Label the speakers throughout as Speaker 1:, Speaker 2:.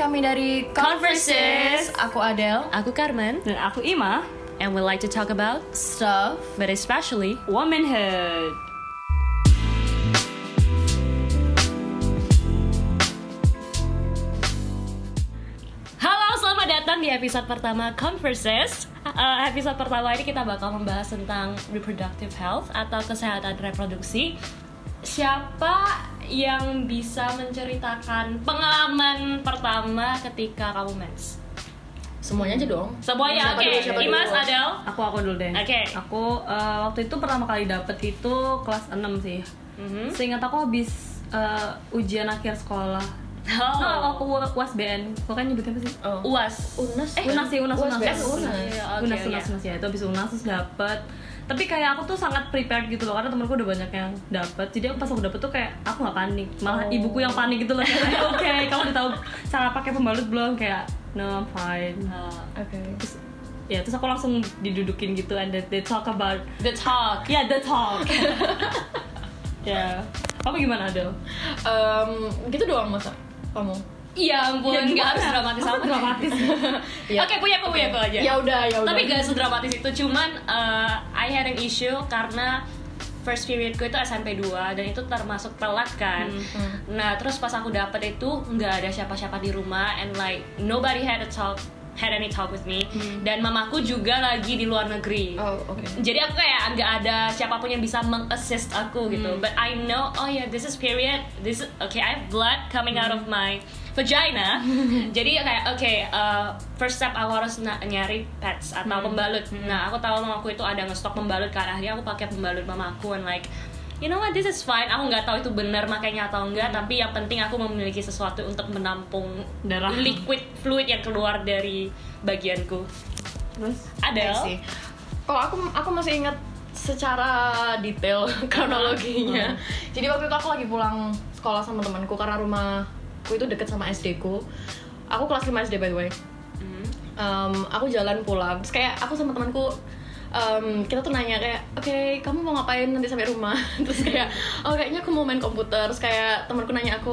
Speaker 1: kami dari Converses.
Speaker 2: Converses.
Speaker 1: Aku Adele.
Speaker 2: Aku Carmen,
Speaker 3: Dan aku Ima,
Speaker 2: and we like to talk about,
Speaker 1: Stuff.
Speaker 2: but especially
Speaker 3: womanhood.
Speaker 2: Halo, selamat datang di episode pertama Converses. Eh, episode pertama ini kita bakal membahas tentang reproductive health atau kesehatan reproduksi. Siapa yang bisa menceritakan pengalaman pertama ketika kamu mens?
Speaker 1: Semuanya aja dong.
Speaker 2: Semuanya
Speaker 1: Siapa
Speaker 2: oke.
Speaker 1: dulu, siapa dulu?
Speaker 2: Imas, Adel.
Speaker 3: Aku aku dulu deh.
Speaker 2: Oke.
Speaker 3: Aku eh, waktu itu pertama kali dapet itu kelas 6 sih.
Speaker 2: Mm-hmm.
Speaker 3: Seingat aku habis eh, ujian akhir sekolah. Nah,
Speaker 2: Oh.
Speaker 3: No, aku UASBN. Kok kan nyebutnya apa sih?
Speaker 2: Uas.
Speaker 1: Oh. Unas.
Speaker 3: Eh, Unas sih, Unas,
Speaker 1: Unas.
Speaker 3: Unas. Unas,
Speaker 1: Unas.
Speaker 2: Iya, oke,
Speaker 3: unas,
Speaker 2: iya.
Speaker 3: unas, unas ya. Itu habis unas terus dapet. Tapi kayak aku tuh sangat prepared gitu loh karena temenku udah banyak yang dapet. Jadi aku pas aku dapet tuh kayak aku nggak panik.
Speaker 2: Oh.
Speaker 3: Malah ibuku yang panik gitu loh. Kayak, Oke, kamu udah tahu cara pakai pembalut belum? Kayak no, I'm fine.
Speaker 2: Eh,
Speaker 1: Oke.
Speaker 3: Ya terus aku langsung didudukin gitu and they- they talk about
Speaker 2: the talk.
Speaker 3: Ya, the talk. ya. Kamu gimana, Adel?
Speaker 1: Em, gitu doang masa kamu?
Speaker 2: Iya ampun,
Speaker 3: Ya, gimana?
Speaker 2: nggak harus dramatis
Speaker 3: Masa
Speaker 2: amat.
Speaker 3: dramatis?
Speaker 1: Iya.
Speaker 2: Oke, punya aku, punya aku aja.
Speaker 1: Ya udah, ya udah.
Speaker 2: Tapi gak sedramatis itu, cuman uh, I had an issue karena first periodku itu SMP 2 dan itu termasuk telat kan.
Speaker 1: Hmm.
Speaker 2: Nah, terus pas aku dapet itu nggak ada siapa-siapa di rumah and like nobody had a talk had any talk with me dan mamaku juga lagi di luar negeri.
Speaker 1: Oh, oke.
Speaker 2: Jadi aku kayak nggak ada siapapun yang bisa mengassist aku gitu. But I know, oh ya, this is period. This is, okay, I have blood coming out of my vagina. Jadi kayak oke, uh, first step aku harus na- nyari pads atau pembalut. Nah, aku tahu mamaku itu ada ngestok pembalut karena akhirnya aku pakai pembalut mamaku and like You know what, this is fine. Aku nggak tahu itu benar makanya atau enggak, tapi yang penting aku memiliki sesuatu untuk menampung
Speaker 3: Darah.
Speaker 2: liquid fluid yang keluar dari bagianku.
Speaker 3: Terus
Speaker 1: Iya sih.
Speaker 2: Ada.
Speaker 1: Kalau aku aku masih ingat secara detail kronologinya. Jadi waktu itu aku lagi pulang sekolah sama temanku karena rumahku itu deket sama SD ku. Aku kelas 5 SD by the way.
Speaker 2: Hmm.
Speaker 1: Em, aku jalan pulang. Terus kayak aku sama temanku em, kita tuh nanya kayak, oke kamu mau ngapain nanti sampai rumah? Terus kayak, oh kayaknya aku mau main komputer. Terus kayak temanku nanya aku,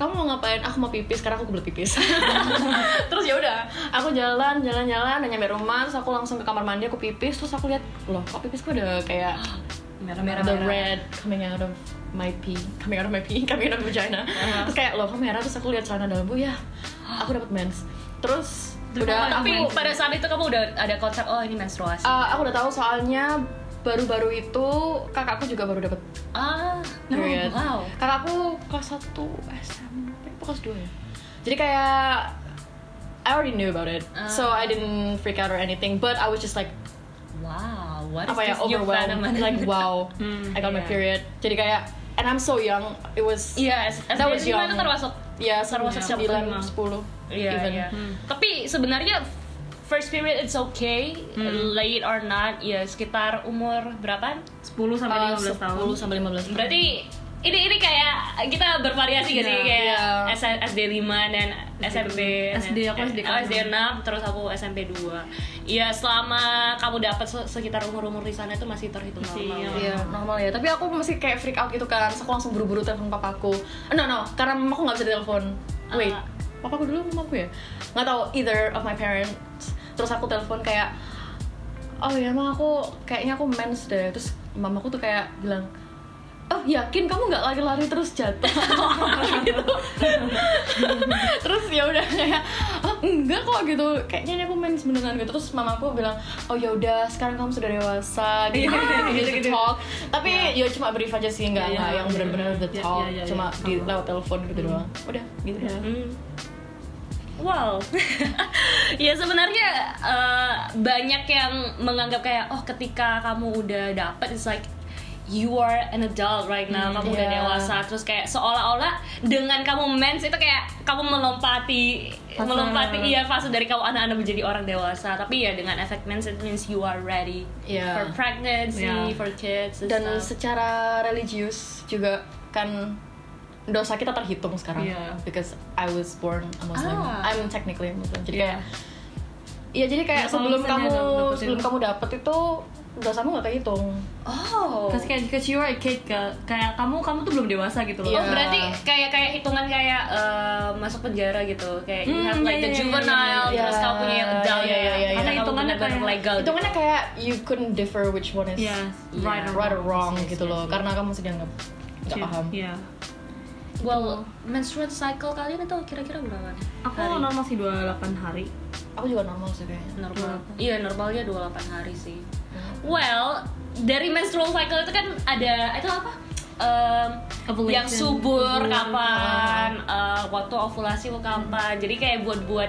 Speaker 1: kamu mau ngapain? Aku mau pipis karena aku kebelet pipis. terus ya udah, aku jalan jalan jalan dan nyampe rumah. Terus aku langsung ke kamar mandi aku pipis. Terus aku lihat loh kok pipisku ada kayak
Speaker 3: merah-merah.
Speaker 1: the red coming out of my pee coming out of my pee coming out of vagina terus kayak loh kok merah terus aku lihat celana dalamku ya aku dapat mens terus
Speaker 3: Terus
Speaker 1: udah ah,
Speaker 3: apa
Speaker 1: tapi
Speaker 2: Tapi
Speaker 3: Mens.
Speaker 2: pada saat itu kamu udah ada konsep oh ini menstruasi.
Speaker 1: uh, aku udah tahu soalnya baru-baru itu kakakku juga baru dapat
Speaker 2: ah, no,
Speaker 1: period
Speaker 2: wow.
Speaker 1: kakakku kelas 1 SMP apa kelas 2 ya jadi kayak I already knew about it so I didn't freak out or anything but I was just like
Speaker 2: Wow, what is
Speaker 1: apa ya
Speaker 2: this new
Speaker 1: overwhelmed
Speaker 2: phenomenon?
Speaker 1: like wow
Speaker 3: Hmm,
Speaker 1: I got my
Speaker 2: yeah.
Speaker 1: period jadi kayak and I'm so young it was
Speaker 2: Iya, yes,
Speaker 1: That was young.
Speaker 2: itu termasuk
Speaker 1: Ya,
Speaker 2: Termasuk siapa
Speaker 1: sembilan,
Speaker 2: Iya, lima.
Speaker 1: sepuluh,
Speaker 2: Iya,
Speaker 1: even.
Speaker 2: iya. Tapi sebenarnya first period it's okay,
Speaker 1: Hmm.
Speaker 2: late or not, ya sekitar umur berapa?
Speaker 3: 10 sampai
Speaker 1: Uh,
Speaker 3: 15 tahun.
Speaker 1: 10 sampai 15 tahun.
Speaker 2: Berarti ini ini kayak kita bervariasi gak sih
Speaker 3: Iya.
Speaker 2: kayak
Speaker 1: Iya.
Speaker 2: S- SD 5 dan SMP
Speaker 3: SD, aku SD
Speaker 2: oh, SD 6 terus aku SMP 2. Iya, selama kamu dapat se- sekitar umur-umur di sana itu masih terhitung
Speaker 3: Masih,
Speaker 2: normal.
Speaker 3: iya.
Speaker 1: Iya, normal ya. Tapi aku masih kayak freak out gitu kan. Terus aku langsung buru-buru telepon papaku. Eh, No, no, karena mamaku nggak bisa telepon. Wait,
Speaker 2: Ah.
Speaker 1: papaku dulu apa mamaku ya? Nggak tahu either of my parents. Terus aku telepon kayak Oh ya, emang aku kayaknya aku mens deh. Terus mamaku tuh kayak bilang, Oh yakin kamu nggak lari-lari terus jatuh gitu. terus ya udah kayak "Ah, enggak kok gitu kayaknya ini aku main sebenarnya gitu terus mamaku bilang oh ya udah sekarang kamu sudah dewasa gitu
Speaker 3: Iya,
Speaker 1: gitu
Speaker 3: gitu-gitu.
Speaker 1: talk tapi ya cuma brief aja sih nggak
Speaker 3: Iya,
Speaker 1: nggak
Speaker 3: iya,
Speaker 1: yang
Speaker 3: iya.
Speaker 1: benar-benar the
Speaker 3: Iya,
Speaker 1: talk
Speaker 3: iya, iya,
Speaker 1: cuma
Speaker 3: iya.
Speaker 1: di
Speaker 3: Sama.
Speaker 1: lewat telepon gitu doang udah gitu
Speaker 3: Ya.
Speaker 2: Hmm. Wow, ya sebenarnya eh, banyak yang menganggap kayak oh ketika kamu udah dapet it's like you are an adult right now
Speaker 3: Hmm,
Speaker 2: kamu udah
Speaker 1: iya.
Speaker 2: dewasa terus kayak seolah-olah dengan kamu mens itu kayak kamu melompati
Speaker 3: Fase.
Speaker 2: melompati iya fase dari kamu anak-anak menjadi orang dewasa tapi ya dengan efek mens it means you are ready
Speaker 1: Iya.
Speaker 2: for pregnancy
Speaker 3: Iya.
Speaker 2: for kids and
Speaker 1: dan
Speaker 2: stuff.
Speaker 1: secara religius juga kan dosa kita terhitung sekarang
Speaker 3: Iya.
Speaker 1: because I was born a Muslim
Speaker 2: Ah.
Speaker 1: I'm technically a Muslim jadi
Speaker 3: Iya.
Speaker 1: kayak Iya jadi kayak
Speaker 3: Ya, kalau
Speaker 1: sebelum
Speaker 3: misalnya
Speaker 1: kamu
Speaker 3: dong, dapetin.
Speaker 1: sebelum kamu dapet itu dosamu nggak gitu. kehitung
Speaker 2: Oh.
Speaker 3: Cause kayak cause you are a kid ka- kayak kamu kamu tuh belum dewasa gitu loh.
Speaker 2: Oh
Speaker 1: Iya.
Speaker 2: berarti kayak kayak hitungan kayak eh, masuk penjara gitu kayak you
Speaker 3: Hmm,
Speaker 2: have like
Speaker 3: iya,
Speaker 2: the
Speaker 3: iya,
Speaker 2: juvenile
Speaker 1: iya, iya.
Speaker 2: terus kamu punya yang
Speaker 1: Iya, iya,
Speaker 2: adult
Speaker 1: iya, iya.
Speaker 2: karena
Speaker 3: Karena
Speaker 2: hitungannya
Speaker 3: hitungannya
Speaker 2: benar
Speaker 3: kayak-
Speaker 2: legal gitu.
Speaker 1: hitungannya kayak you couldn't differ which one is
Speaker 3: Yes,
Speaker 2: Iya.
Speaker 3: right or
Speaker 1: right or wrong
Speaker 2: Yes,
Speaker 1: gitu
Speaker 2: yes,
Speaker 1: loh
Speaker 2: yes.
Speaker 1: karena kamu sedang nggak nggak
Speaker 3: Iya.
Speaker 1: paham
Speaker 3: Iya.
Speaker 2: well menstrual cycle kalian itu kira-kira berapa
Speaker 3: Aku
Speaker 2: Hari?
Speaker 3: normal masih 28 hari.
Speaker 1: aku juga normal sih kayaknya
Speaker 2: normal iya normalnya 28 hari sih well dari menstrual cycle itu kan ada itu apa Em,
Speaker 3: Ovulation.
Speaker 2: yang subur
Speaker 3: Subur.
Speaker 2: kapan eh, waktu ovulasi kapan jadi kayak buat buat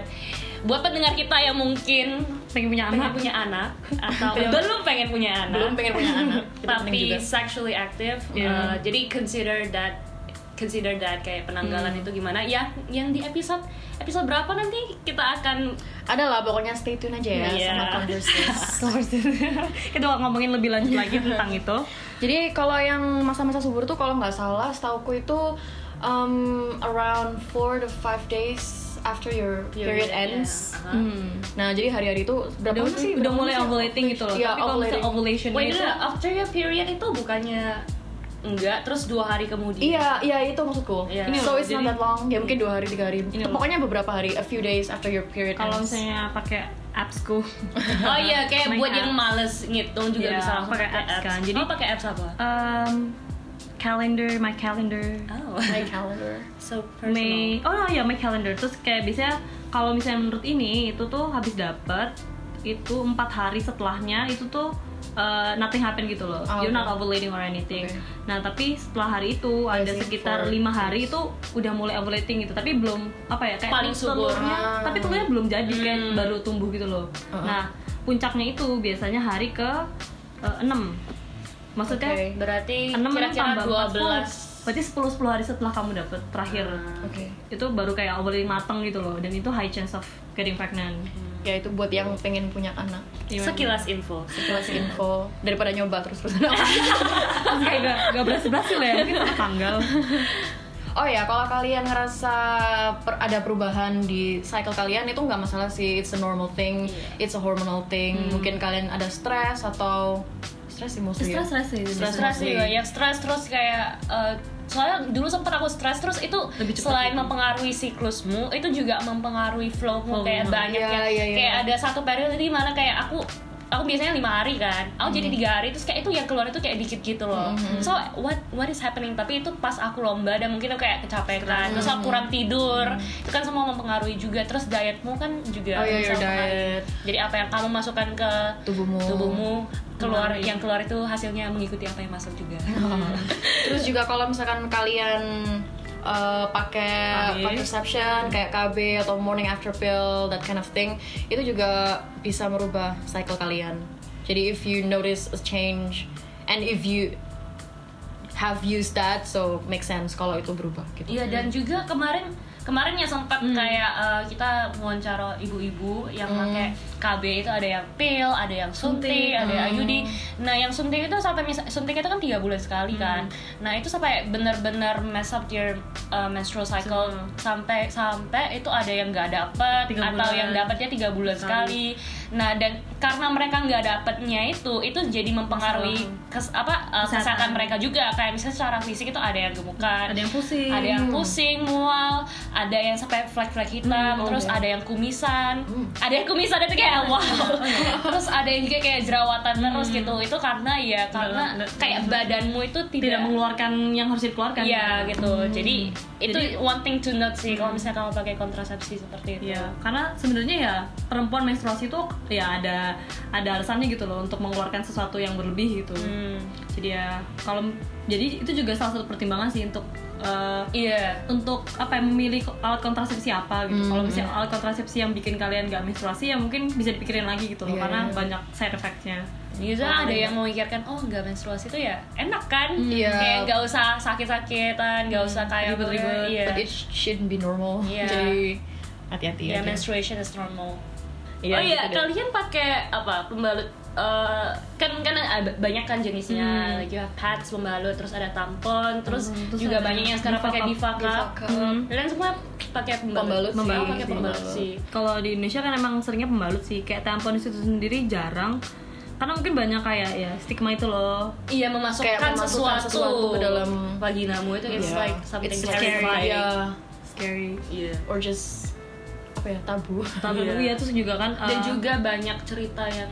Speaker 2: buat pendengar kita yang mungkin
Speaker 3: Pengen punya
Speaker 2: pengen
Speaker 3: anak.
Speaker 2: punya anak atau
Speaker 1: Iya.
Speaker 2: belum pengen punya anak
Speaker 1: belum pengen punya anak kita penting
Speaker 2: tapi
Speaker 1: juga
Speaker 2: sexually active
Speaker 3: Iya.
Speaker 2: uh, jadi consider that consider that kayak penanggalan itu gimana ya yang di episode episode berapa nanti kita akan
Speaker 1: ada lah pokoknya stay tune aja ya
Speaker 2: Iya.
Speaker 1: sama Converses
Speaker 3: Kita ngomongin lebih lanjut lagi tentang itu.
Speaker 1: Jadi kalau yang masa-masa subur tuh kalau nggak salah setauku itu um, around 4 to 5 days after your period, ends.
Speaker 2: yeah. Uh-huh.
Speaker 3: Hmm.
Speaker 1: Nah, jadi hari-hari itu berapa
Speaker 3: Udah,
Speaker 1: lama sih?
Speaker 3: udah
Speaker 1: Berapa
Speaker 3: mulai
Speaker 1: lama sih?
Speaker 3: ovulating gitu loh.
Speaker 1: Iya,
Speaker 3: Tapi kalau misalnya
Speaker 1: ovulating.
Speaker 3: ovulation
Speaker 2: wait
Speaker 3: itu
Speaker 2: no, no, after your period itu bukannya enggak terus dua hari kemudian
Speaker 1: Iya, iya itu maksudku.
Speaker 2: Iya.
Speaker 1: Ini So
Speaker 3: loh,
Speaker 1: it's not
Speaker 3: jadi-
Speaker 1: that long. Ya mungkin dua hari, tiga hari.
Speaker 3: Ini loh.
Speaker 1: Pokoknya beberapa hari, a few days after your period
Speaker 3: kalau
Speaker 1: ends.
Speaker 3: misalnya pakai appsku.
Speaker 2: oh iya kayak
Speaker 3: Main
Speaker 2: buat yang
Speaker 3: apps.
Speaker 2: males ngitung juga
Speaker 3: Iya,
Speaker 2: bisa langsung
Speaker 3: pakai apps kan. Jadi-
Speaker 2: oh, pakai apps apa
Speaker 3: um, calendar, my calendar.
Speaker 2: oh
Speaker 1: My calendar.
Speaker 2: so personal
Speaker 3: May oh iya my calendar terus kayak biasanya kalau misalnya menurut ini itu tuh habis dapet itu empat hari setelahnya itu tuh uh, nothing happen gitu loh
Speaker 1: Oh,
Speaker 3: you're not
Speaker 1: okay.
Speaker 3: ovulating or anything
Speaker 1: Okay.
Speaker 3: nah tapi setelah hari itu
Speaker 1: I
Speaker 3: ada
Speaker 1: see,
Speaker 3: sekitar
Speaker 1: four
Speaker 3: lima hari
Speaker 1: days.
Speaker 3: itu udah mulai ovulating gitu tapi belum apa ya kayak
Speaker 2: Paling subur.
Speaker 3: telurnya
Speaker 1: Ah.
Speaker 3: tapi telurnya belum jadi kayak
Speaker 2: Hmm.
Speaker 3: baru tumbuh gitu loh
Speaker 1: Uh-uh.
Speaker 3: nah puncaknya itu biasanya hari ke uh, enam maksudnya
Speaker 1: Oke.
Speaker 2: berarti
Speaker 3: enam
Speaker 2: kira-kira
Speaker 3: tambah
Speaker 2: 12
Speaker 3: 14. berarti 10 10 hari setelah kamu dapet terakhir
Speaker 2: Hmm.
Speaker 1: Oke.
Speaker 3: itu baru kayak ovulary mateng gitu loh dan itu high chance of getting pregnant
Speaker 2: Hmm.
Speaker 1: Ya itu buat yang pengen punya anak.
Speaker 3: Gimana?
Speaker 2: sekilas info
Speaker 1: Iya, Sekilas info daripada nyoba terus-terusan.
Speaker 3: Terus kayak gak, gak berhasil berhasil ya mungkin sama tanggal
Speaker 1: Oh ya, kalau kalian ngerasa per- ada perubahan di cycle kalian itu nggak masalah sih, it's a normal thing,
Speaker 2: Iya.
Speaker 1: it's a hormonal thing.
Speaker 3: Hmm.
Speaker 1: Mungkin kalian ada stres atau stres sih mostly. ya?
Speaker 3: Stres, stres sih,
Speaker 1: Stres,
Speaker 2: stres
Speaker 1: mostly.
Speaker 2: juga iya, yang stres terus kayak eh, soalnya dulu sempat aku stres terus itu
Speaker 3: Lebih cepat
Speaker 2: selain
Speaker 3: gitu.
Speaker 2: mempengaruhi siklusmu itu juga mempengaruhi flowmu
Speaker 3: Flow-mu.
Speaker 2: kayak banyak
Speaker 1: Iya,
Speaker 2: yang
Speaker 1: iya, iya.
Speaker 2: kayak ada satu periode di mana kayak aku aku biasanya lima hari kan
Speaker 1: Hmm.
Speaker 2: aku jadi tiga hari terus kayak itu yang keluar itu kayak dikit gitu loh so what what is happening tapi itu pas aku lomba dan mungkin aku kayak kecapean terus aku
Speaker 1: Hmm.
Speaker 2: kurang tidur itu kan semua mempengaruhi juga terus dietmu kan juga
Speaker 1: Oh iya,
Speaker 2: bisa
Speaker 1: your
Speaker 2: mempengaruhi.
Speaker 1: diet.
Speaker 2: jadi apa yang kamu masukkan ke
Speaker 1: Tubuhmu.
Speaker 2: tubuhmu keluar yang keluar itu hasilnya mengikuti apa yang masuk juga
Speaker 1: Terus juga kalau misalkan kalian eh, pakai
Speaker 3: Habis.
Speaker 1: contraception kayak KB atau morning after pill that kind of thing itu juga bisa merubah cycle kalian. Jadi if you notice a change and if you have used that so make sense kalau itu berubah gitu.
Speaker 2: Iya dan juga kemarin kemarin ya sempat
Speaker 3: Hmm.
Speaker 2: kayak eh, kita wawancara ibu-ibu yang pakai KB itu ada yang pil, ada yang suntik,
Speaker 3: Suntik, Hmm.
Speaker 2: ada yang IUD. Nah, yang suntik itu sampai mis- suntik itu kan tiga bulan sekali
Speaker 3: Hmm.
Speaker 2: kan. Nah, itu sampai benar-benar mess up your eh, menstrual cycle
Speaker 3: Hmm.
Speaker 2: sampai sampai itu ada yang nggak dapet
Speaker 3: Tiga
Speaker 2: atau
Speaker 3: bulan.
Speaker 2: yang dapetnya tiga bulan sekali.
Speaker 3: Sekali.
Speaker 2: Nah, dan karena mereka nggak dapetnya itu itu jadi mempengaruhi kes, apa eh, kesehatan.
Speaker 3: Kesehatan.
Speaker 2: mereka juga kayak misalnya secara fisik itu ada yang gemukan
Speaker 3: ada yang pusing
Speaker 2: ada yang pusing mual ada yang sampai flek-flek hitam
Speaker 1: Hmm, oh
Speaker 2: terus
Speaker 1: iya.
Speaker 2: ada yang kumisan
Speaker 1: Hmm.
Speaker 2: ada yang kumisan itu kayak wow terus ada yang juga kayak jerawatan terus gitu itu karena ya karena
Speaker 3: nggak- nggak-
Speaker 2: kayak badanmu itu tidak,
Speaker 3: tidak mengeluarkan yang harus dikeluarkan
Speaker 2: Iya gitu jadi itu
Speaker 3: Jadi-
Speaker 2: one thing to note sih kalau misalnya kamu pakai kontrasepsi seperti itu
Speaker 3: Iya, karena sebenarnya ya perempuan menstruasi itu ya ada ada alasannya gitu loh untuk mengeluarkan sesuatu yang berlebih gitu.
Speaker 2: Hmm.
Speaker 3: Jadi ya kalau jadi itu juga salah satu pertimbangan sih untuk eh,
Speaker 2: iya
Speaker 3: untuk apa ya, memilih alat kontrasepsi apa
Speaker 2: Hmm,
Speaker 3: gitu. Kalau misalnya alat kontrasepsi yang bikin kalian gak menstruasi ya mungkin bisa dipikirin lagi gitu loh
Speaker 1: Iya,
Speaker 3: karena
Speaker 1: iya.
Speaker 3: banyak side effect-nya.
Speaker 2: Gitu ada yang memikirkan, oh nggak menstruasi itu ya enak kan
Speaker 1: Iya.
Speaker 2: Kayak nggak usah sakit-sakitan, nggak usah kayak
Speaker 3: Ribet-ribet.
Speaker 2: Iya.
Speaker 1: But it shouldn't be normal.
Speaker 2: Iya.
Speaker 1: Jadi hati-hati
Speaker 2: Ya,
Speaker 1: aja.
Speaker 2: menstruation is normal.
Speaker 1: Iya,
Speaker 2: oh iya,
Speaker 1: gitu deh.
Speaker 2: kalian pakai apa? Pembalut eh, kan kan ada banyak kan jenisnya.
Speaker 1: Hmm.
Speaker 2: Like you have pads, pembalut, terus ada tampon, terus,
Speaker 3: Hmm, terus
Speaker 2: juga
Speaker 3: ada
Speaker 2: banyak yang sekarang pakai
Speaker 1: Diva
Speaker 2: Diva Cup.
Speaker 1: Cup.
Speaker 2: Hmm. Kalian semua pakai
Speaker 1: Pembalut
Speaker 2: pembalut.
Speaker 1: sih.
Speaker 2: Oh, pakai
Speaker 1: Sih.
Speaker 2: pembalut sih.
Speaker 3: Kalau di Indonesia kan emang seringnya pembalut sih kayak tampon itu sendiri jarang karena mungkin banyak kayak ya stigma itu loh
Speaker 2: Iya memasukkan,
Speaker 1: Kayak memasukkan
Speaker 2: sesuatu,
Speaker 1: sesuatu ke dalam-
Speaker 2: vaginamu itu it's
Speaker 1: Yeah.
Speaker 2: like something
Speaker 1: It's like,
Speaker 2: terrifying.
Speaker 1: yeah.
Speaker 3: scary
Speaker 2: Iya.
Speaker 1: or just apa ya tabu
Speaker 3: tabu
Speaker 2: Iya.
Speaker 3: ya terus juga kan
Speaker 1: Uh.
Speaker 2: Dan
Speaker 3: eh,
Speaker 2: juga banyak cerita yang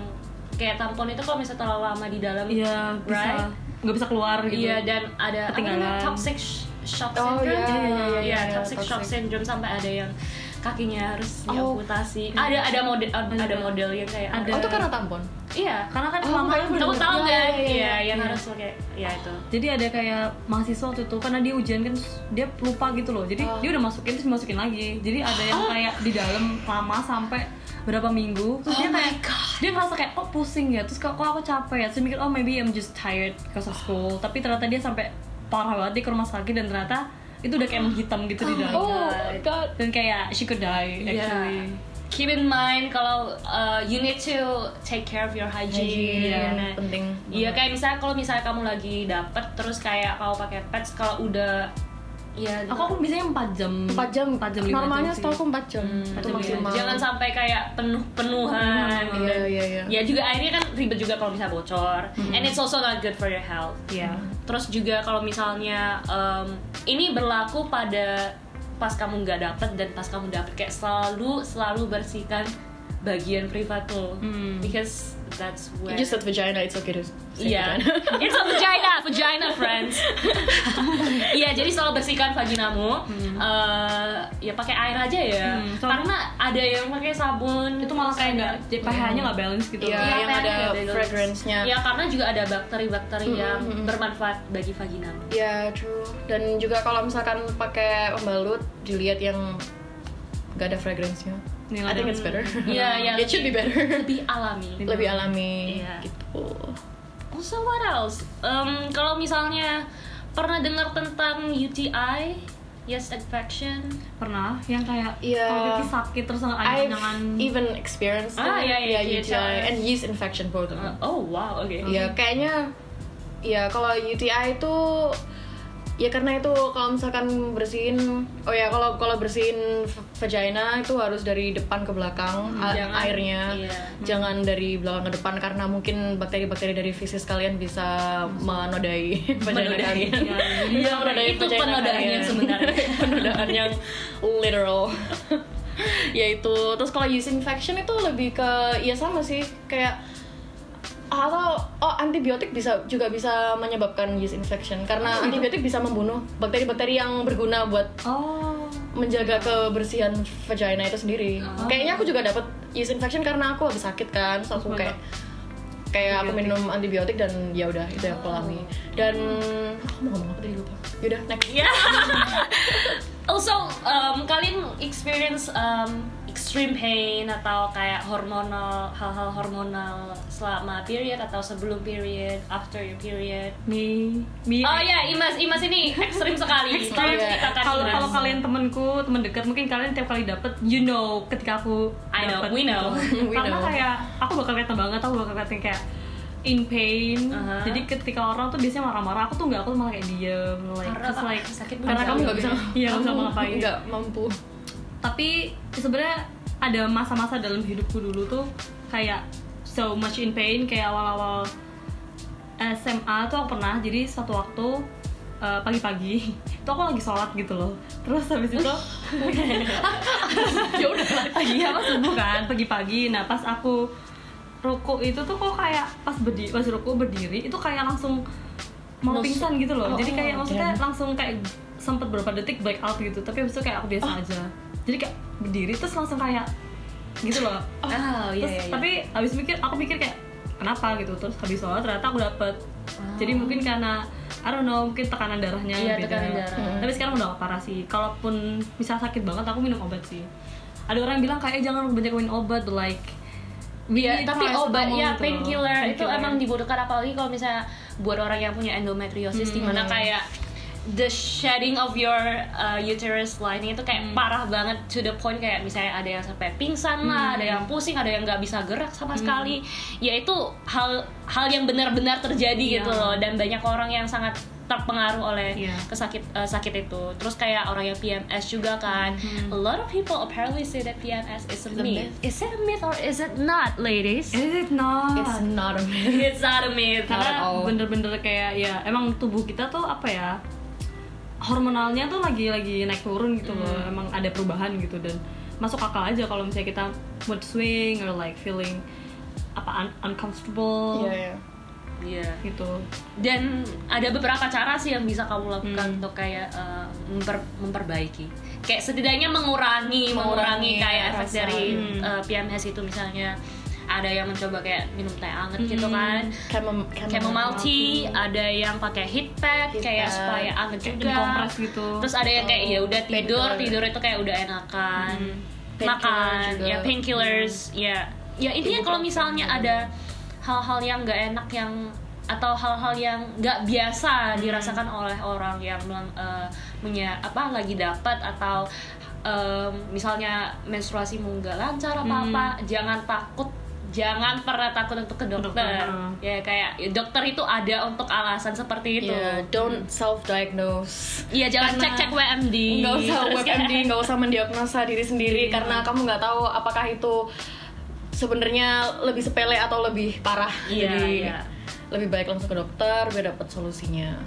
Speaker 2: kayak tampon itu kalau misalnya terlalu lama di dalam
Speaker 3: Iya, bisa
Speaker 2: Right?
Speaker 3: nggak bisa keluar gitu.
Speaker 2: Iya dan ada apa
Speaker 3: Ketinggalan.
Speaker 2: namanya toxic sh- shock
Speaker 1: Oh,
Speaker 2: syndrome.
Speaker 1: iya, iya, iya, iya,
Speaker 2: Iya,
Speaker 1: iya,
Speaker 2: toxic shock
Speaker 1: toxic.
Speaker 2: syndrome sampai ada yang kakinya harus
Speaker 1: Oh.
Speaker 2: diamputasi. Ada ada model ada
Speaker 3: Ada.
Speaker 2: model yang kayak
Speaker 3: Ada.
Speaker 1: oh itu karena tampon
Speaker 2: Iya.
Speaker 3: Karena kan
Speaker 1: Oh,
Speaker 3: selama
Speaker 1: kayak
Speaker 2: Kamu
Speaker 1: bener.
Speaker 2: tahu
Speaker 1: Iya,
Speaker 2: kan?
Speaker 1: iya, Oh iya,
Speaker 2: Iya, yang
Speaker 3: iya.
Speaker 2: harus pakai ya itu.
Speaker 3: jadi ada kayak mahasiswa waktu itu karena dia ujian kan terus dia lupa gitu loh. Jadi
Speaker 1: Oh.
Speaker 3: dia udah masukin terus dimasukin lagi. Jadi ada yang
Speaker 1: Ah.
Speaker 3: kayak di dalam lama sampai berapa minggu terus dia
Speaker 2: Oh my
Speaker 3: kayak dia ngerasa kayak kok pusing ya terus kok, kok aku capek ya terus dia mikir oh maybe I'm just tired because of school tapi ternyata dia sampai parah banget dia ke rumah sakit dan ternyata itu udah kayak hitam gitu di dalam
Speaker 1: oh Iya.
Speaker 2: God.
Speaker 1: god
Speaker 3: dan kayak she could die actually
Speaker 2: Yeah. Keep in mind kalau uh, you need to take care of your hygiene.
Speaker 1: Hygiene,
Speaker 2: Iya, nah.
Speaker 1: penting
Speaker 2: Iya kayak misalnya kalau misalnya kamu lagi dapet terus kayak kamu pakai pads kalau udah ya
Speaker 3: aku aku biasanya 4 jam
Speaker 1: 4 jam,
Speaker 3: 4 jam lima
Speaker 1: normalnya
Speaker 3: jam sih.
Speaker 1: setahu aku 4 jam
Speaker 3: empat
Speaker 1: itu
Speaker 3: jam, iya.
Speaker 1: maksimal
Speaker 2: Hmm. jangan sampai kayak penuh penuhan.
Speaker 3: Penuhan,
Speaker 2: gitu.
Speaker 1: iya Hmm. iya iya
Speaker 2: Ya juga akhirnya kan ribet juga kalau misalnya bocor. And it's also not good for your health.
Speaker 3: Iya.
Speaker 2: Terus juga kalau misalnya em, ini berlaku pada pas kamu nggak dapet dan pas kamu dapet kayak selalu selalu bersihkan bagian privat lo
Speaker 3: Hmm.
Speaker 2: because that's where
Speaker 1: You just said vagina it's okay to say
Speaker 2: Iya,
Speaker 1: vagina.
Speaker 2: it's a vagina, vagina friends. Iya, jadi selalu bersihkan vaginamu. Eh, ya pakai air aja ya,
Speaker 3: Hmm, soalnya-
Speaker 2: karena ada yang pakai sabun. Iya,
Speaker 3: itu malah
Speaker 2: terus
Speaker 3: kayak
Speaker 2: ada-
Speaker 3: nggak pH-nya nggak balance gitu
Speaker 1: Iya,
Speaker 2: Iya,
Speaker 1: yang
Speaker 2: kan,
Speaker 1: ada
Speaker 2: ada balance.
Speaker 1: fragrance-nya.
Speaker 2: Ya karena juga ada bakteri-bakteri
Speaker 3: Hmm,
Speaker 1: Mm-mm,
Speaker 2: yang
Speaker 1: mm-mm.
Speaker 2: bermanfaat bagi vaginamu.
Speaker 1: Ya, true. Dan juga kalau misalkan pakai pembalut, dilihat yang gak ada fragrance-nya.
Speaker 3: Nih,
Speaker 1: I think
Speaker 3: ada-
Speaker 1: it's better.
Speaker 2: Iya, iya.
Speaker 1: It should be better.
Speaker 2: Lebih alami.
Speaker 1: Lebih alami
Speaker 2: Iya.
Speaker 1: gitu.
Speaker 2: Also what else? Em, kalau misalnya pernah dengar tentang UTI, yes infection.
Speaker 3: pernah yang kayak
Speaker 1: Iya.
Speaker 3: kalau pipis sakit terus ada
Speaker 1: I've
Speaker 3: anjangan
Speaker 1: even experienced
Speaker 2: Ah,
Speaker 1: that.
Speaker 2: iya, iya,
Speaker 1: Yeah,
Speaker 2: iya,
Speaker 1: UTI
Speaker 2: iya.
Speaker 1: and yeast infection both of
Speaker 2: Uh,
Speaker 3: Hmm.
Speaker 1: them.
Speaker 2: oh wow, oke.
Speaker 1: Ya, kayaknya ya kalau UTI itu ya karena itu kalau misalkan bersihin oh ya kalau kalau bersihin v- vagina itu harus dari depan ke belakang a-
Speaker 2: Hmm, jangan,
Speaker 1: airnya
Speaker 2: iya.
Speaker 1: jangan dari belakang ke depan karena mungkin bakteri-bakteri dari fesis kalian bisa menodai vagina
Speaker 2: Hmm. Menodai.
Speaker 1: kalian
Speaker 2: Iya,
Speaker 1: menodai
Speaker 2: itu
Speaker 1: vagina
Speaker 2: penodaan
Speaker 1: kalian.
Speaker 2: yang sebenarnya.
Speaker 1: iya. penodaan yang literal yaitu terus kalau yeast infection itu lebih ke ya sama sih kayak atau oh antibiotik bisa juga bisa menyebabkan yeast infection karena antibiotik bisa membunuh bakteri-bakteri yang berguna buat
Speaker 3: oh
Speaker 1: menjaga kebersihan vagina itu sendiri.
Speaker 2: Oh.
Speaker 1: Kayaknya aku juga dapat yeast infection karena aku habis sakit kan, terus aku kayak kayak aku minum antibiotik dan ya udah itu yang aku alami. Dan aku mau ngomong apa tadi lupa. Yaudah next.
Speaker 2: Ya. also um, kalian experience um, extreme pain atau kayak hormonal hal-hal hormonal selama period atau sebelum period, after your period.
Speaker 3: mi mi
Speaker 2: Oh ya, Imas, Imas ini ekstrim sekali. Tolong
Speaker 1: Iya.
Speaker 2: ceritakan
Speaker 3: kalau
Speaker 2: Imas.
Speaker 3: kalau kalian temenku temen dekat mungkin kalian tiap kali dapet you know ketika aku
Speaker 2: I know,
Speaker 3: dapet
Speaker 2: we
Speaker 3: gitu.
Speaker 2: know.
Speaker 1: We
Speaker 3: karena
Speaker 1: know.
Speaker 3: kayak aku bakal kelihatan banget aku bakal kelihatan kayak in pain
Speaker 2: Aha.
Speaker 3: jadi ketika orang tuh biasanya marah-marah aku tuh nggak aku malah kayak diem like,
Speaker 2: Karena
Speaker 3: just
Speaker 2: tak-
Speaker 3: like
Speaker 2: sakit
Speaker 3: karena
Speaker 2: banget.
Speaker 3: kamu nggak bisa iya nggak bisa
Speaker 1: Aku
Speaker 3: ngapain
Speaker 1: Nggak mampu.
Speaker 3: tapi sebenarnya ada masa-masa dalam hidupku dulu tuh kayak so much in pain kayak awal-awal SMA tuh aku pernah jadi suatu waktu eh, pagi-pagi tuh aku lagi sholat gitu loh terus habis itu
Speaker 1: ya udah.
Speaker 3: pagi apa subuh kan pagi-pagi nah pas aku ruku itu tuh kok kayak pas berdiri pas ruku berdiri itu kayak langsung mau
Speaker 2: Nusuk.
Speaker 3: pingsan gitu
Speaker 1: Oh,
Speaker 3: loh jadi kayak
Speaker 1: oh,
Speaker 3: maksudnya
Speaker 1: damn.
Speaker 3: langsung kayak sempet beberapa detik back out gitu tapi habis itu kayak aku biasa
Speaker 1: Ah.
Speaker 3: aja jadi kayak berdiri terus langsung kayak gitu loh
Speaker 2: Oh, iya,
Speaker 3: terus
Speaker 2: iya, iya.
Speaker 3: tapi habis mikir aku mikir kayak kenapa gitu terus habis sholat ternyata aku dapet jadi mungkin karena I don't know mungkin tekanan darahnya
Speaker 2: Ah. Iya,
Speaker 3: beda Hmm.
Speaker 2: tekanan darah.
Speaker 1: Mm.
Speaker 3: tapi sekarang udah gak parah sih kalaupun misal sakit banget aku minum obat sih ada orang yang bilang kayak "Eh, jangan banyak minum obat but like we
Speaker 2: Iya,
Speaker 3: need
Speaker 2: tapi
Speaker 3: paracetamol
Speaker 2: obat ya
Speaker 3: gitu loh.
Speaker 2: painkiller itu
Speaker 3: Painkiller.
Speaker 2: emang dibutuhkan apalagi kalau misalnya buat orang yang punya endometriosis di mana kayak the shedding of your uh, uterus lining itu kayak parah banget to the point kayak misalnya ada yang sampai pingsan lah, ada yang pusing, ada yang nggak bisa gerak sama Iya. sekali. Ya itu hal hal yang benar-benar terjadi gitu loh dan banyak orang yang sangat terpengaruh oleh
Speaker 3: Iya.
Speaker 2: kesakit eh, sakit itu terus kayak orang yang PMS juga kan a lot of people apparently say that PMS is a
Speaker 1: a
Speaker 2: myth
Speaker 1: myth.
Speaker 2: is it a myth or is it not ladies
Speaker 3: Is it not?
Speaker 1: It's not a myth.
Speaker 2: it's not a myth
Speaker 1: Not at
Speaker 3: karena
Speaker 2: oh.
Speaker 3: Oh.
Speaker 1: all.
Speaker 3: bener-bener kayak ya emang tubuh kita tuh apa ya hormonalnya tuh lagi lagi naik turun gitu loh emang ada perubahan gitu dan masuk akal aja kalau misalnya kita mood swing or like feeling apa un- uncomfortable
Speaker 1: Iya, iya.
Speaker 2: Iya.
Speaker 3: gitu
Speaker 2: dan ada beberapa cara sih yang bisa kamu lakukan
Speaker 3: Hmm.
Speaker 2: untuk kayak eh, memper- memperbaiki kayak setidaknya mengurangi mengurangi,
Speaker 1: Mengurangi
Speaker 2: kayak efek
Speaker 1: rasa.
Speaker 2: dari
Speaker 3: Hmm.
Speaker 2: eh, PMS itu misalnya ada yang mencoba kayak minum teh anget gitu
Speaker 3: Hmm.
Speaker 2: kan
Speaker 1: Chamom-
Speaker 2: chamomile tea, ada yang pakai heat pad
Speaker 1: Heat
Speaker 2: kayak
Speaker 1: pad.
Speaker 2: supaya anget
Speaker 3: Kayak
Speaker 2: juga
Speaker 3: dikompres gitu.
Speaker 2: terus ada yang kayak ya udah tidur
Speaker 1: Painkiller.
Speaker 2: tidur itu kayak udah enakan
Speaker 3: Hmm,
Speaker 1: Painkiller
Speaker 2: makan
Speaker 1: juga. Hmm.
Speaker 2: ya painkillers ya ya intinya kalau misalnya ada hal-hal yang nggak enak yang atau hal-hal yang nggak biasa
Speaker 1: Hmm.
Speaker 2: dirasakan oleh orang yang melang- eh, punya apa lagi dapat atau em, misalnya menstruasimu nggak lancar apa
Speaker 1: Hmm.
Speaker 2: apa jangan takut jangan pernah takut untuk ke dokter,
Speaker 3: Dokter.
Speaker 2: ya kayak ya, dokter itu ada untuk alasan seperti itu
Speaker 1: Yeah, don't self-diagnose.
Speaker 2: Iya jangan
Speaker 3: Karena-
Speaker 2: cek-cek WMD.
Speaker 1: Nggak usah
Speaker 2: Terus kayak-
Speaker 1: WebMD, nggak usah mendiagnosa diri sendiri
Speaker 3: Iya.
Speaker 1: karena kamu nggak tahu apakah itu sebenarnya lebih sepele atau lebih parah.
Speaker 2: Iya,
Speaker 1: Jadi
Speaker 2: iya.
Speaker 1: lebih baik langsung ke dokter biar dapat solusinya.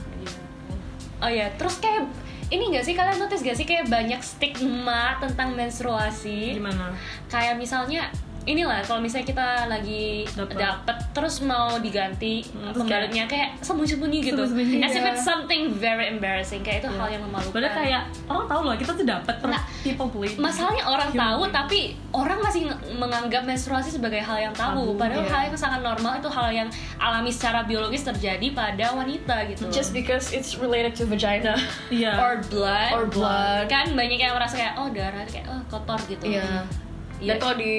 Speaker 2: Oh ya, terus kayak ini gak sih kalian notice gak sih kayak banyak stigma tentang menstruasi?
Speaker 3: gimana
Speaker 2: Kayak misalnya inilah kalau misalnya kita lagi
Speaker 3: Dapet.
Speaker 2: dapet, terus mau diganti
Speaker 3: Hmm, terus
Speaker 2: pembaliknya kayak sembunyi-sembunyi gitu.
Speaker 3: Sembunyi-sembunyi, Iya.
Speaker 2: As if
Speaker 1: iya.
Speaker 2: it's something very embarrassing, kayak itu hal yang memalukan.
Speaker 3: padahal kayak orang tahu loh kita tuh dapat per-
Speaker 2: Nah,
Speaker 3: people believe
Speaker 2: masalahnya orang
Speaker 3: Human
Speaker 2: tahu
Speaker 3: being.
Speaker 2: tapi orang masih nge- menganggap menstruasi sebagai hal yang tabu
Speaker 3: Tabu,
Speaker 2: padahal
Speaker 1: iya.
Speaker 2: hal yang sangat normal itu hal yang alami secara biologis terjadi pada wanita gitu
Speaker 1: Just because it's related to vagina.
Speaker 3: iya
Speaker 2: or blood
Speaker 1: Or blood.
Speaker 2: kan banyak yang merasa kayak oh darah kayak oh kotor gitu
Speaker 1: Iya. Dan
Speaker 2: Iya.
Speaker 1: kalau di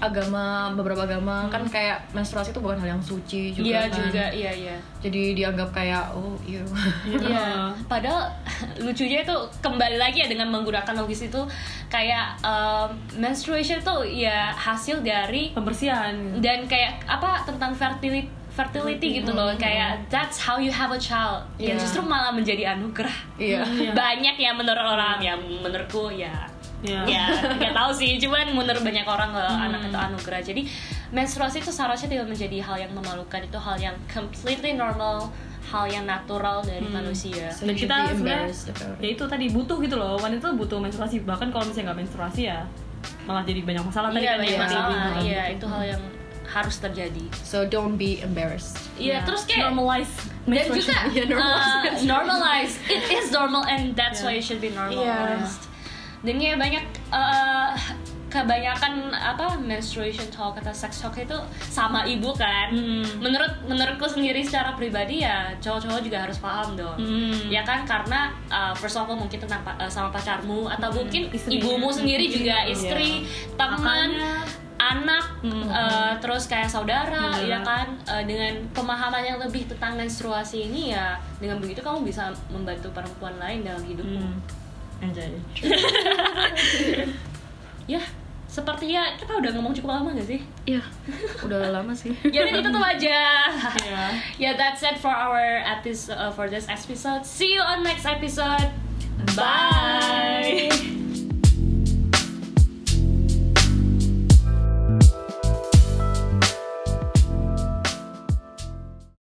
Speaker 1: agama beberapa agama kan kayak menstruasi itu bukan hal yang suci juga
Speaker 2: iya
Speaker 1: kan.
Speaker 2: juga iya iya
Speaker 1: Jadi dianggap kayak oh iya.
Speaker 2: Iya, padahal lucunya itu kembali lagi ya dengan menggunakan logis itu kayak um, menstruation tuh ya hasil dari
Speaker 3: pembersihan gitu.
Speaker 2: dan kayak apa tentang fertility fertility gitu loh kayak that's how you have a child yang
Speaker 1: Hmm. Iya.
Speaker 2: justru malah menjadi anugerah
Speaker 1: Iya.
Speaker 3: Iya.
Speaker 2: banyak ya menurut orang ya menurutku ya
Speaker 3: Iya.
Speaker 2: ya nggak tahu sih cuman menurut banyak orang kalau anak itu anugerah jadi menstruasi itu seharusnya tidak menjadi hal yang memalukan itu hal yang completely normal hal yang natural dari manusia
Speaker 1: So
Speaker 3: dan
Speaker 1: you should
Speaker 3: kita
Speaker 1: be
Speaker 3: sebenarnya
Speaker 1: embarrassed about it.
Speaker 3: ya itu tadi butuh gitu loh wanita tuh butuh menstruasi bahkan kalau misalnya nggak menstruasi ya malah jadi banyak masalah tadi
Speaker 2: iya
Speaker 3: kan
Speaker 2: banyak
Speaker 3: ya.
Speaker 2: masalah
Speaker 3: Iya.
Speaker 2: iya itu hal yang harus terjadi
Speaker 1: So don't be embarrassed.
Speaker 2: iya terus kayak
Speaker 3: normalize
Speaker 2: dan juga
Speaker 1: Iya, normalize.
Speaker 2: uh, normalize it is normal and that's why it should be normalized dan ya banyak uh, kebanyakan apa menstruation talk atau sex talk itu sama ibu kan
Speaker 3: Hmm.
Speaker 2: menurut menurutku sendiri secara pribadi ya cowok-cowok juga harus paham dong
Speaker 3: Hmm.
Speaker 2: ya kan karena uh, first of all mungkin tentang pa- uh, sama pacarmu atau mungkin
Speaker 3: Hmm. Istrinya. Hmm. Iya.
Speaker 2: ibumu sendiri juga istri teman
Speaker 3: Kakaknya.
Speaker 2: anak eh, terus kayak saudara
Speaker 3: Bener.
Speaker 2: ya kan Eh, dengan pemahaman yang lebih tentang menstruasi ini ya dengan begitu kamu bisa membantu perempuan lain dalam hidupmu
Speaker 3: Hmm. Anjay.
Speaker 2: ya sepertinya kita udah ngomong cukup lama gak sih
Speaker 1: Iya. Udah lama sih.
Speaker 2: ya dan itu tuh aja
Speaker 3: Iya.
Speaker 2: eh, ya that's it for our episode for this episode see you on next episode